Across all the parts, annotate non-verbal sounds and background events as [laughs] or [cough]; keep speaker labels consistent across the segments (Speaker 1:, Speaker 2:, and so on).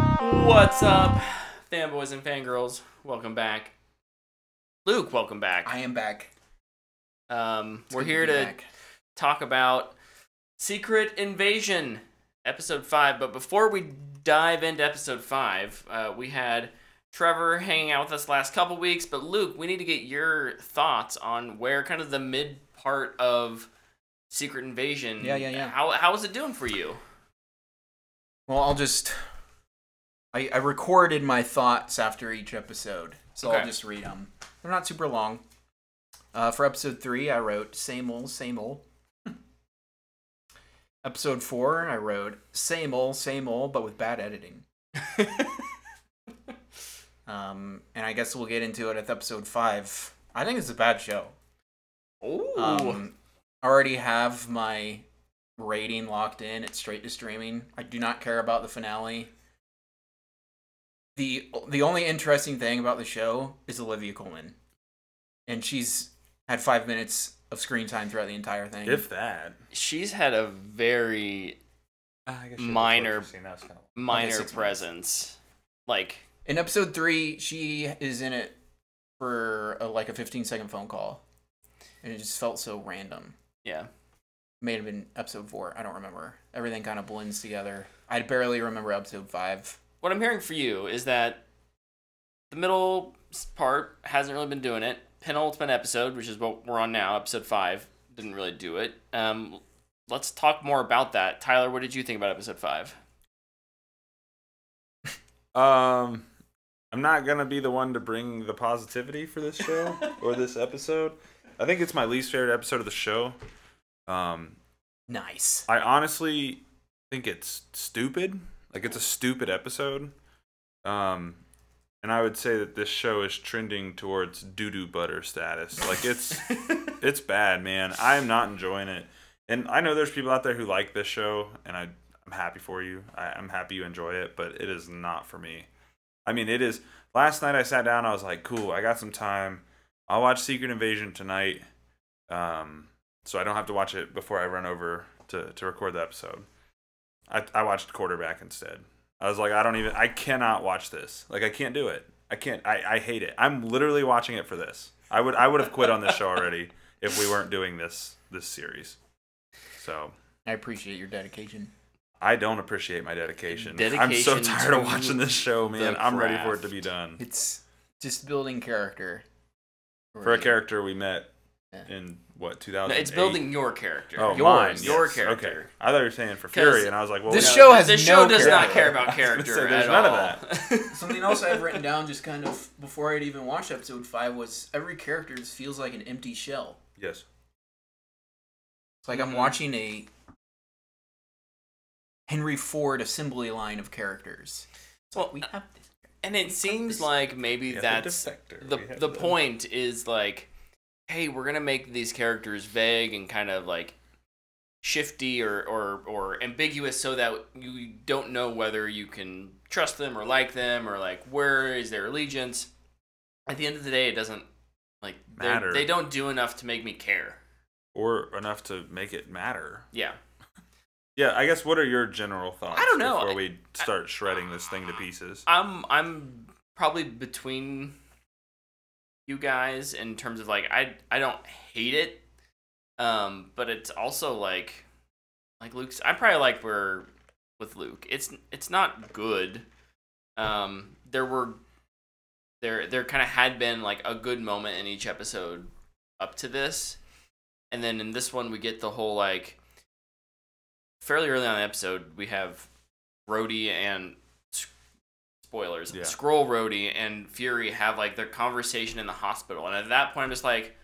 Speaker 1: What's up, fanboys and fangirls? Welcome back. Luke, welcome back.
Speaker 2: I am back.
Speaker 1: Um,
Speaker 2: It's
Speaker 1: we're
Speaker 2: good
Speaker 1: here
Speaker 2: be
Speaker 1: to
Speaker 2: back.
Speaker 1: talk about Secret Invasion, episode five. But before we dive into episode five, uh, we had Trevor hanging out with us last couple weeks. But Luke, we need to get your thoughts on where kind of the mid part of Secret Invasion.
Speaker 2: Yeah, yeah, yeah.
Speaker 1: How how is it doing for you?
Speaker 2: Well, I'll just. I, I recorded my thoughts after each episode, so
Speaker 1: Okay.
Speaker 2: I'll just read them. They're not super long. Uh, for episode three, I wrote same old, same [laughs] old. episode four, I wrote same old, same old, but with bad [laughs] editing. um, and I guess we'll get into it at episode five. I think it's a bad show.
Speaker 1: Ooh.
Speaker 2: Um, I already have my rating locked in. It's straight to streaming. I do not care about the finale. the The only interesting thing about the show is Olivia Colman, and she's had five minutes of screen time throughout the entire thing.
Speaker 3: If that
Speaker 1: She's had a very
Speaker 3: I guess
Speaker 1: Minor- minor
Speaker 2: six months.
Speaker 1: presence. Like
Speaker 2: in episode three, she is in it for a, like a fifteen second phone call, and it just felt so random.
Speaker 1: yeah.
Speaker 2: may have been episode four. I don't remember. Everything kind of blends together. I barely remember episode five.
Speaker 1: What I'm hearing for you is that the middle s- part hasn't really been doing it. Penultimate episode, which is what we're on now, episode five, didn't really do it. Um, let's talk more about that. Tyler, what did you think about episode five?
Speaker 3: Um, I'm not gonna be the one to bring the positivity for this show or [laughs] this episode. I think it's my least favorite episode of the show. Um,
Speaker 2: Nice.
Speaker 3: I honestly think it's stupid. Like it's a stupid episode. Um, and I would say that this show is trending towards doo doo butter status. Like it's it's bad, man. I am not enjoying it. And I know there's people out there who like this show, and I I'm happy for you. I, I'm happy you enjoy it, but it is not for me. I mean, it is. Last night I sat down. I was like, cool. I got some time. I'll watch Secret Invasion tonight. Um, so I don't have to watch it before I run over to, to record the episode. I, I watched quarterback instead. I was like, I don't even, I cannot watch this. Like, I can't do it. I can't. I, I hate it. I'm literally watching it for this. I would I would have quit on this show already
Speaker 1: [laughs]
Speaker 3: if we weren't doing this this series. So
Speaker 2: I appreciate your dedication.
Speaker 3: I don't appreciate my dedication. I'm so
Speaker 1: Dedication
Speaker 3: tired of
Speaker 1: to
Speaker 3: watching this show, man. I'm ready for it to
Speaker 1: craft.
Speaker 3: be done.
Speaker 2: It's just building character.
Speaker 3: For a character we met
Speaker 2: Yeah.
Speaker 3: in what
Speaker 1: No,
Speaker 3: 2000.
Speaker 1: it's building your character.
Speaker 3: Oh,
Speaker 1: Yours.
Speaker 3: mine,
Speaker 1: Your
Speaker 3: yes.
Speaker 1: character.
Speaker 3: Okay, I thought you were saying for
Speaker 1: 'Cause
Speaker 3: Fury, and I was like, well,
Speaker 2: This
Speaker 3: no.
Speaker 2: show has
Speaker 1: this
Speaker 2: no
Speaker 1: show does not
Speaker 2: character.
Speaker 1: [laughs] care about
Speaker 3: I was gonna
Speaker 1: character
Speaker 3: say, there's
Speaker 1: at
Speaker 3: none of
Speaker 1: all. [laughs]
Speaker 2: Something else I have written down just kind of before I'd even watched episode five was every character just feels like an empty shell.
Speaker 3: Yes.
Speaker 2: It's like I'm watching a Henry Ford assembly line of characters.
Speaker 1: Well,
Speaker 2: We have this.
Speaker 1: and it seems like maybe that's the the point is like hey we're gonna make these characters vague and kind of like shifty or or or ambiguous so that you don't know whether you can trust them or like them or like where is their allegiance at the end of the day it doesn't like they-
Speaker 3: Matter.
Speaker 1: they don't do enough to make me care
Speaker 3: or enough to make it matter.
Speaker 1: yeah
Speaker 3: Yeah, I guess. What are your general thoughts?
Speaker 1: I don't know.
Speaker 3: Before we start shredding this thing to pieces.
Speaker 1: I'm I'm probably between you guys in terms of like I I don't hate it, um, but it's also like like Luke's. I probably like where with Luke. It's it's not good. Um, there were there there kind of had been like a good moment in each episode up to this, and then in this one we get the whole like fairly early on in the episode we have Rhodey and spoilers
Speaker 3: Yeah.
Speaker 1: scroll Rhodey and Fury have like their conversation in the hospital and at that point I'm just like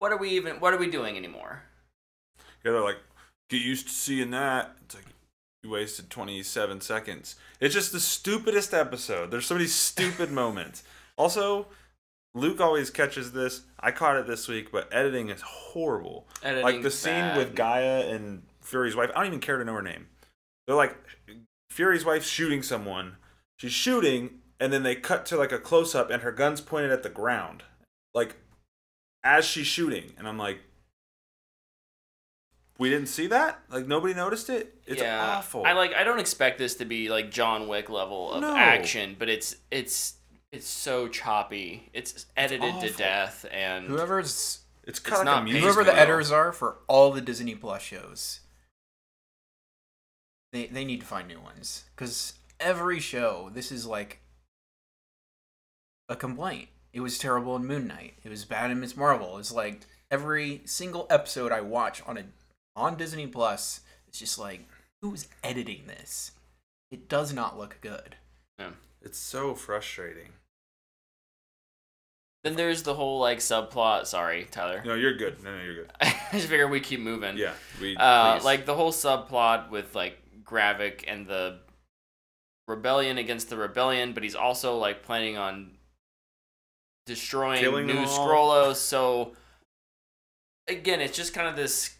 Speaker 1: what are we even what are we doing anymore
Speaker 3: Yeah, they're like, get used to seeing that. It's like you wasted 27 seconds. It's just the stupidest episode. There's so many
Speaker 1: [laughs]
Speaker 3: stupid moments. Also, Luke always catches this. I caught it this week, but editing is horrible. like the
Speaker 1: Editing's
Speaker 3: scene
Speaker 1: bad.
Speaker 3: with Gaia and Fury's wife. I don't even care to know her name. They're like Fury's wife shooting someone. She's shooting, and then they cut to like a close up, and her gun's pointed at the ground, like as she's shooting. And I'm like, we didn't see that. Like nobody noticed it. It's
Speaker 1: yeah.
Speaker 3: awful.
Speaker 1: I like I don't expect this to be like John Wick level of
Speaker 3: No.
Speaker 1: action, but it's it's it's so choppy. It's edited to
Speaker 3: awful.
Speaker 1: death and
Speaker 2: Whoever's
Speaker 3: It's
Speaker 1: It's
Speaker 3: kind of
Speaker 1: not
Speaker 3: like a
Speaker 1: paid
Speaker 3: music
Speaker 2: whoever the
Speaker 1: well.
Speaker 3: video.
Speaker 2: editors are for all the Disney Plus shows, they they need to find new ones because every show this is like a complaint. It was terrible in Moon Knight. It was bad in Miss Marvel. It's like every single episode I watch on a on Disney Plus, it's just like who's editing this? It does not look good.
Speaker 3: It's so frustrating.
Speaker 1: then there's the whole like subplot. Sorry, Tyler.
Speaker 3: No, you're good. No, no, you're good.
Speaker 1: [laughs] I just figure we keep moving.
Speaker 3: Yeah, we
Speaker 1: Uh,
Speaker 3: please.
Speaker 1: like the whole subplot with like Gravik and the rebellion against the rebellion, but he's also like planning on destroying
Speaker 3: Killing
Speaker 1: New
Speaker 3: them all.
Speaker 1: Scrollos. So again, it's just kind of this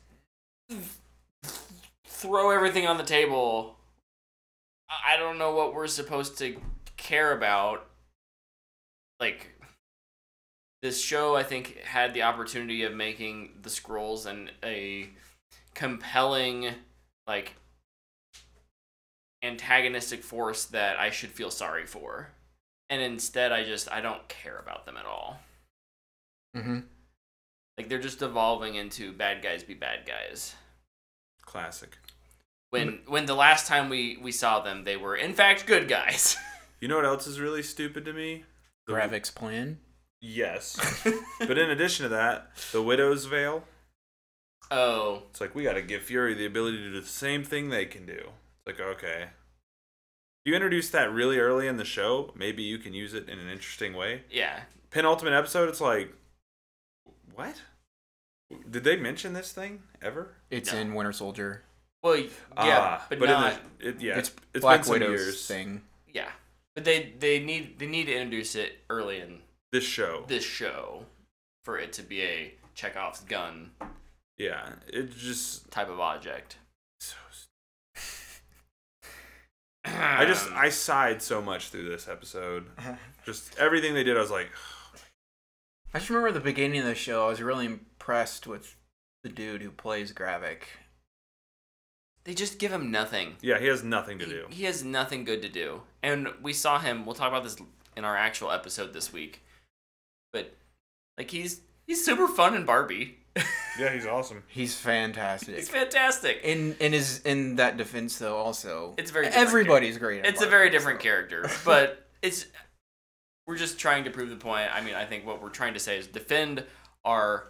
Speaker 1: throw everything on the table. I I don't know what we're supposed to care about. Like this show, I think had the opportunity of making the scrolls and a compelling like antagonistic force that I should feel sorry for. And instead I just I don't care about them at all.
Speaker 2: Mm-hmm.
Speaker 1: Like they're just evolving into bad guys be bad guys.
Speaker 3: classic. Mm.
Speaker 1: When when the last time we we saw them they were in fact good guys. [laughs]
Speaker 3: You know what else is really stupid to me? The-
Speaker 2: Gravik's plan.
Speaker 3: [laughs] Yes. but in addition to that, the widow's veil.
Speaker 1: oh,
Speaker 3: It's like we got to give Fury the ability to do the same thing they can do. It's like okay, you introduce that really early in the show. Maybe you can use it in an interesting way.
Speaker 1: yeah.
Speaker 3: Penultimate episode. It's like, what? Did they mention this thing ever?
Speaker 2: It's
Speaker 1: No.
Speaker 2: in Winter Soldier.
Speaker 1: Well, yeah,
Speaker 3: Ah,
Speaker 1: but, not
Speaker 3: in the, it, yeah,
Speaker 2: it's
Speaker 3: it's, it's
Speaker 2: Black
Speaker 3: been some
Speaker 2: Widow's
Speaker 3: years.
Speaker 2: thing.
Speaker 3: [laughs]
Speaker 1: yeah. But they they need they need to introduce it early in
Speaker 3: This show.
Speaker 1: this show for it to be a Chekhov's gun
Speaker 3: Yeah, it's just
Speaker 1: type of object.
Speaker 3: so. st- [laughs] I just
Speaker 1: Um,
Speaker 3: I sighed so much through this episode. Just everything they did, I was like,
Speaker 2: I just remember at the beginning of the show, I was really impressed with the dude who plays Gravik.
Speaker 1: they just give him nothing.
Speaker 3: yeah, he has nothing to
Speaker 1: He-
Speaker 3: do.
Speaker 1: He, has nothing good to do. And we saw him, we'll talk about this in our actual episode this week. But like he's he's super fun in Barbie. [laughs]
Speaker 3: Yeah, he's awesome.
Speaker 2: He's fantastic.
Speaker 1: He's fantastic.
Speaker 2: in in his in that defense though, also
Speaker 1: It's a very different
Speaker 2: everybody's great. at
Speaker 1: it's a
Speaker 2: Barbie,
Speaker 1: very different
Speaker 2: so.
Speaker 1: character, but it's we're just trying to prove the point. I mean, I think what we're trying to say is defend our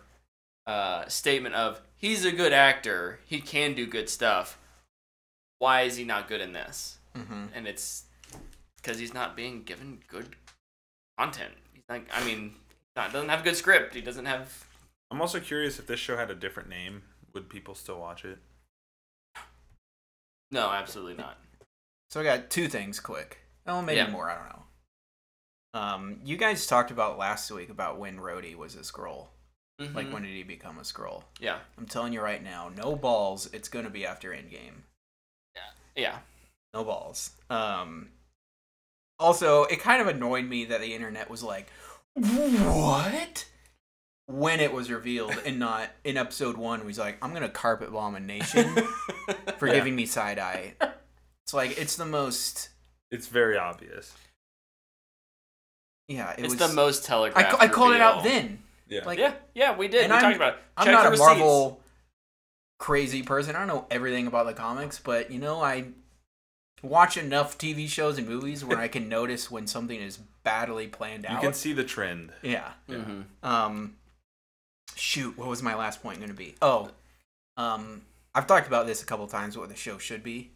Speaker 1: uh, statement of he's a good actor, he can do good stuff. Why is he not good in this?
Speaker 2: Mhm.
Speaker 1: And it's because he's not being given good content. He's like, I mean, not doesn't have a good script. He doesn't have.
Speaker 3: I'm also curious if this show had a different name, would people still watch it?
Speaker 1: No, absolutely not.
Speaker 2: So I got two things quick. Oh, maybe
Speaker 1: Yeah.
Speaker 2: more. I don't know. Um, you guys talked about last week about when Rhodey was a scroll. Like
Speaker 1: Mhm.
Speaker 2: when did he become a scroll?
Speaker 1: Yeah,
Speaker 2: I'm telling you right now, no balls. It's gonna be after Endgame.
Speaker 1: yeah.
Speaker 2: no balls. Um, also, it kind of annoyed me that the internet was like, "What?" when it was revealed, and not in episode one. Was like, "I'm gonna carpet bomb
Speaker 1: [laughs]
Speaker 2: a nation for
Speaker 3: Yeah.
Speaker 2: giving me side eye." It's like it's the most.
Speaker 3: It's very obvious.
Speaker 2: Yeah, it
Speaker 1: it's
Speaker 2: was.
Speaker 1: the most
Speaker 2: I,
Speaker 1: telegraphed.
Speaker 2: ca- I called it out
Speaker 1: reveal.
Speaker 2: then.
Speaker 3: Yeah.
Speaker 2: Like,
Speaker 1: yeah, yeah, we did.
Speaker 2: And
Speaker 1: we
Speaker 2: I'm-
Speaker 1: talked about it.
Speaker 2: I'm
Speaker 1: Check
Speaker 2: not
Speaker 1: the
Speaker 2: a
Speaker 1: receipts.
Speaker 2: Marvel crazy person. I don't know everything about the comics, but you know, I watch enough TV shows and movies where I can notice when something is badly planned
Speaker 3: You
Speaker 2: out.
Speaker 3: can see the trend.
Speaker 2: yeah.
Speaker 3: Yeah.
Speaker 1: Mhm.
Speaker 2: um shoot what was my last point going to be oh um i've talked about this a couple times what the show should be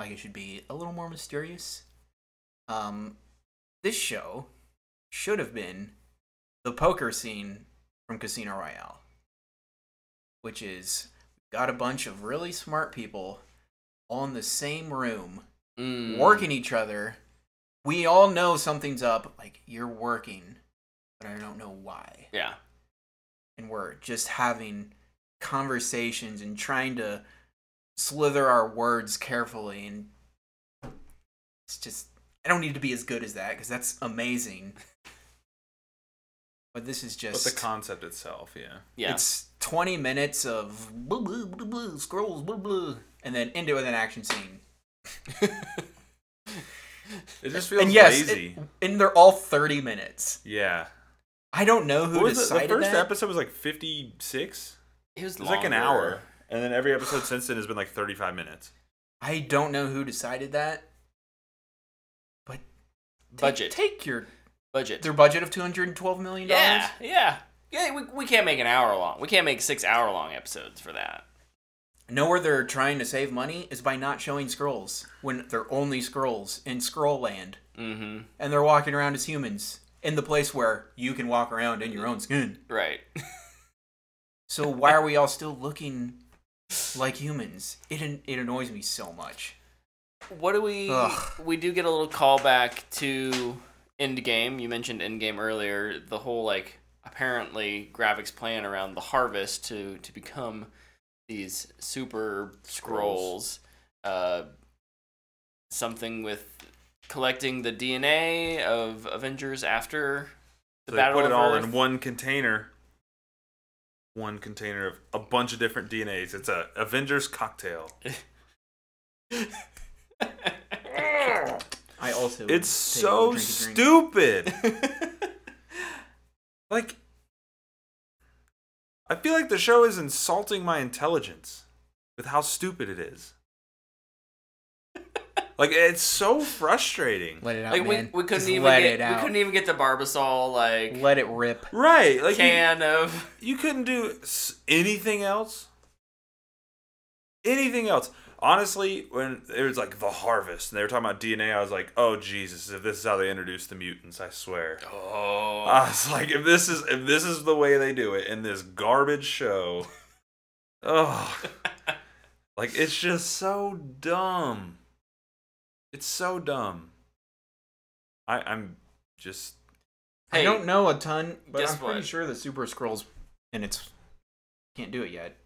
Speaker 2: like it should be a little more mysterious um this show should have been the poker scene from casino royale which is got a bunch of really smart people all in the same room
Speaker 1: Mm.
Speaker 2: working each other. We all know something's up. Like you're working, but I don't know why.
Speaker 1: Yeah.
Speaker 2: And we're just having conversations and trying to slither our words carefully. And it's just I don't need to be as good as that because that's amazing. But this is
Speaker 3: But
Speaker 2: just
Speaker 3: the concept itself, yeah.
Speaker 1: Yeah.
Speaker 2: it's 20 minutes of blah, blah, blah, blah, scrolls, blah, blah, and then end it with an action scene.
Speaker 3: It just feels
Speaker 2: and yes,
Speaker 3: lazy.
Speaker 2: it- and they're all 30 minutes.
Speaker 3: yeah.
Speaker 2: I don't know
Speaker 3: What
Speaker 2: who
Speaker 3: was it?
Speaker 2: decided
Speaker 3: The first
Speaker 2: that.
Speaker 3: episode was like 56?
Speaker 1: It was,
Speaker 3: It was like an
Speaker 1: longer.
Speaker 3: hour. And then every episode since then has been like 35 minutes.
Speaker 2: I don't know who decided that. But take-
Speaker 1: Budget.
Speaker 2: Take your
Speaker 1: Budget.
Speaker 2: their budget of 212 million dollars.
Speaker 1: Yeah, yeah, yeah. We, we can't make an hour long. We can't make six hour long episodes for that.
Speaker 2: Know where they're trying to save money is by not showing scrolls when they're only scrolls in Scroll Land,
Speaker 1: Mm-hmm.
Speaker 2: and they're walking around as humans in the place where you can walk around in your own skin.
Speaker 1: Right.
Speaker 2: So why are we all still looking like humans? It an- it annoys me so much.
Speaker 1: What do we?
Speaker 2: Ugh.
Speaker 1: We do get a little callback to Endgame. You mentioned Endgame earlier. The whole like apparently Gravik's plan around the harvest to to become these super scrolls.
Speaker 3: Scrolls.
Speaker 1: Uh, something with collecting the DNA of Avengers after the
Speaker 3: So they
Speaker 1: battle
Speaker 3: put
Speaker 1: of
Speaker 3: it all
Speaker 1: Earth.
Speaker 3: in one container. One container of a bunch of different DNAs. It's a Avengers cocktail.
Speaker 2: I also
Speaker 3: It's
Speaker 2: take a
Speaker 3: so
Speaker 2: drink to drink.
Speaker 3: stupid.
Speaker 2: [laughs]
Speaker 3: like I feel like the show is insulting my intelligence with how stupid it is. like it's so frustrating.
Speaker 2: Let it out,
Speaker 1: like
Speaker 2: man.
Speaker 1: we, we couldn't
Speaker 2: Just
Speaker 1: even
Speaker 2: let
Speaker 1: get
Speaker 2: it out.
Speaker 1: we couldn't even get the Barbasol like
Speaker 2: let it rip.
Speaker 3: right, like you,
Speaker 1: can
Speaker 2: [laughs]
Speaker 1: of [laughs]
Speaker 3: you couldn't do s- anything else. Anything else. Honestly, when it was like the harvest and they were talking about DNA, I was like, "Oh Jesus, if this is how they introduce the mutants, I swear."
Speaker 1: oh
Speaker 2: Ah.
Speaker 3: I was like, if this is if this is the way they do it in this garbage show, [laughs] oh, like it's just so dumb. It's so dumb. I I'm just
Speaker 2: I
Speaker 1: Hey,
Speaker 2: don't know a ton, but
Speaker 1: guess
Speaker 2: I'm pretty
Speaker 1: what?
Speaker 2: sure the Super Scrolls and it's can't do it yet.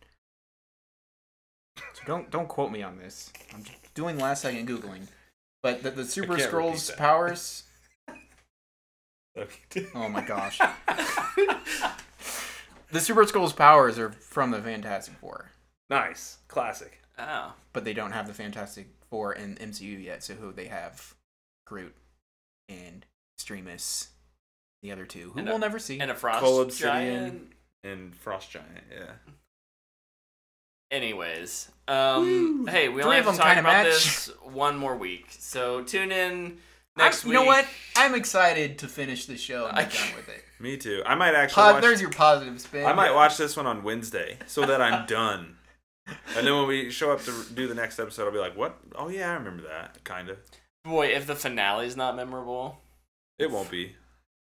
Speaker 2: So don't don't quote me on this. I'm just doing last second googling. But the, the Super
Speaker 3: can't
Speaker 2: Scrolls
Speaker 3: repeat that.
Speaker 2: powers. Oh my
Speaker 1: [laughs]
Speaker 2: gosh. the Super Scrolls powers are from the Fantastic Four,
Speaker 3: [laughs] nice, classic.
Speaker 1: oh
Speaker 2: but they don't have the Fantastic Four in MCU yet. So who they have? Groot and Streamus, the other two, who
Speaker 1: And a-
Speaker 2: we'll never see.
Speaker 1: and a frost
Speaker 3: Cold Obsidian.
Speaker 1: giant
Speaker 3: And Frost Giant, yeah.
Speaker 1: anyways um
Speaker 2: Woo.
Speaker 1: hey we
Speaker 2: Three
Speaker 1: only
Speaker 2: of
Speaker 1: have to
Speaker 2: them
Speaker 1: talk
Speaker 2: kinda
Speaker 1: about
Speaker 2: match.
Speaker 1: this one more week so tune in
Speaker 2: I'm-
Speaker 1: next
Speaker 2: you
Speaker 1: week
Speaker 2: know what? I'm excited to finish the show and
Speaker 1: I
Speaker 2: be done
Speaker 1: can't-
Speaker 2: with it.
Speaker 3: Me too. I might actually.
Speaker 2: Po-
Speaker 3: watch-
Speaker 2: there's your positive spin.
Speaker 3: I might watch this one on Wednesday so that I'm done. And then when we show up to do the next episode, I'll be like, "What? Oh yeah, I remember that." Kind of.
Speaker 1: boy if the finale's not memorable
Speaker 3: It won't be.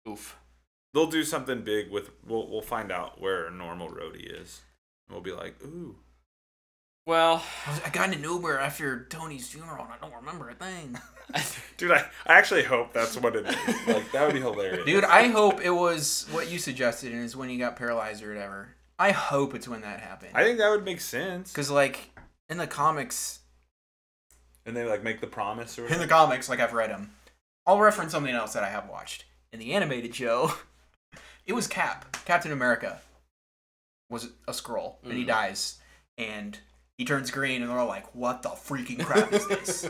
Speaker 1: oof
Speaker 3: they'll do something big with we'll we'll find out where normal roadie is. We'll be like, ooh.
Speaker 1: well
Speaker 2: I was- I got in an Uber after Tony's funeral and I don't remember a thing.
Speaker 3: Dude, I, I actually hope that's what it is. [laughs] Like that would be hilarious.
Speaker 2: Dude, I hope it was what you suggested and is when he got paralyzed or whatever. I hope it's when that happened.
Speaker 3: I think that would make sense.
Speaker 2: Because, like, in the comics,
Speaker 3: And they like make the promise or
Speaker 2: in the
Speaker 3: whatever.
Speaker 2: comics, like I've read them, I'll reference something else that I have watched. In the animated show, [laughs] it was Cap, Captain America, was a scroll, and he
Speaker 1: Mhm.
Speaker 2: dies, and he turns green, and they're all like, "What the freaking
Speaker 1: [laughs]
Speaker 2: crap is this?"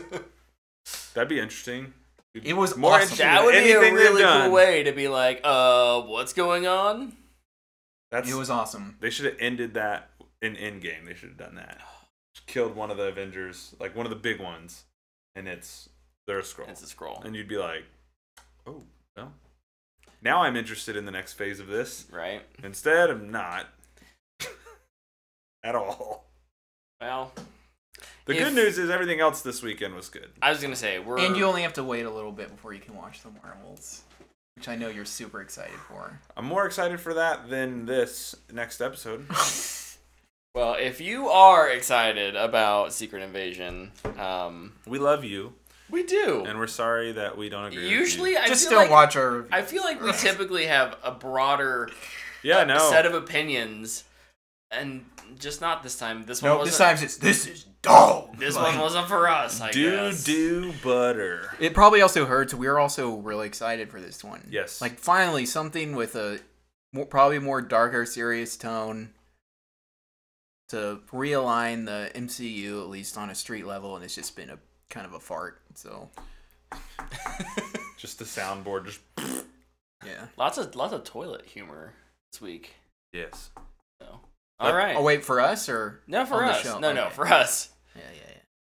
Speaker 3: That'd be interesting.
Speaker 2: It was
Speaker 3: More
Speaker 2: awesome.
Speaker 3: interesting
Speaker 1: that
Speaker 3: than
Speaker 1: would be a
Speaker 3: anything they've
Speaker 1: really cool
Speaker 3: done.
Speaker 1: way to be like uh what's going on
Speaker 3: That's
Speaker 2: it was awesome.
Speaker 3: they should have ended that in Endgame. They should have done that. Just killed one of the Avengers, like one of the big ones, and it's they're a scroll.
Speaker 1: it's a scroll
Speaker 3: And you'd be like, Oh, well. Now I'm interested in the next phase of this.
Speaker 1: right
Speaker 3: Instead, I'm not [laughs] at all.
Speaker 1: well
Speaker 3: The
Speaker 1: If-
Speaker 3: good news is everything else this weekend was good.
Speaker 1: i was gonna say we're
Speaker 2: And you only have to wait a little bit before you can watch the Marvels, which I know you're super excited for.
Speaker 1: [laughs]
Speaker 3: I'm more excited for that than this next episode.
Speaker 1: Well, if you are excited about Secret Invasion, um,
Speaker 3: We love you,
Speaker 1: we do.
Speaker 3: and we're sorry that we don't agree. with you.
Speaker 1: Usually, I
Speaker 2: Just
Speaker 1: feel
Speaker 2: don't
Speaker 1: like,
Speaker 2: watch our. review.
Speaker 1: I feel
Speaker 2: [laughs]
Speaker 1: like we typically have a broader
Speaker 3: yeah, no.
Speaker 1: set of opinions, and just not this time. This one
Speaker 2: no,
Speaker 1: wasn't.
Speaker 2: this time it's this is dull. [laughs]
Speaker 1: this
Speaker 2: Like-
Speaker 1: one wasn't for us. I
Speaker 3: do
Speaker 1: guess.
Speaker 3: do butter.
Speaker 2: It probably also hurts. We're also really excited for this one.
Speaker 3: Yes.
Speaker 2: Like finally something with a more, probably more darker, serious tone. to realign the MCU at least on a street level, and it's just been a kind of a fart. So
Speaker 3: Just the soundboard. Just
Speaker 2: yeah.
Speaker 1: Lots of lots of toilet humor this week.
Speaker 3: yes.
Speaker 1: So
Speaker 3: Uh,
Speaker 1: all right.
Speaker 2: Oh wait, for us or
Speaker 1: no, for
Speaker 2: on the
Speaker 1: us.
Speaker 2: show,
Speaker 1: No, no,
Speaker 2: okay.
Speaker 1: for us.
Speaker 2: yeah,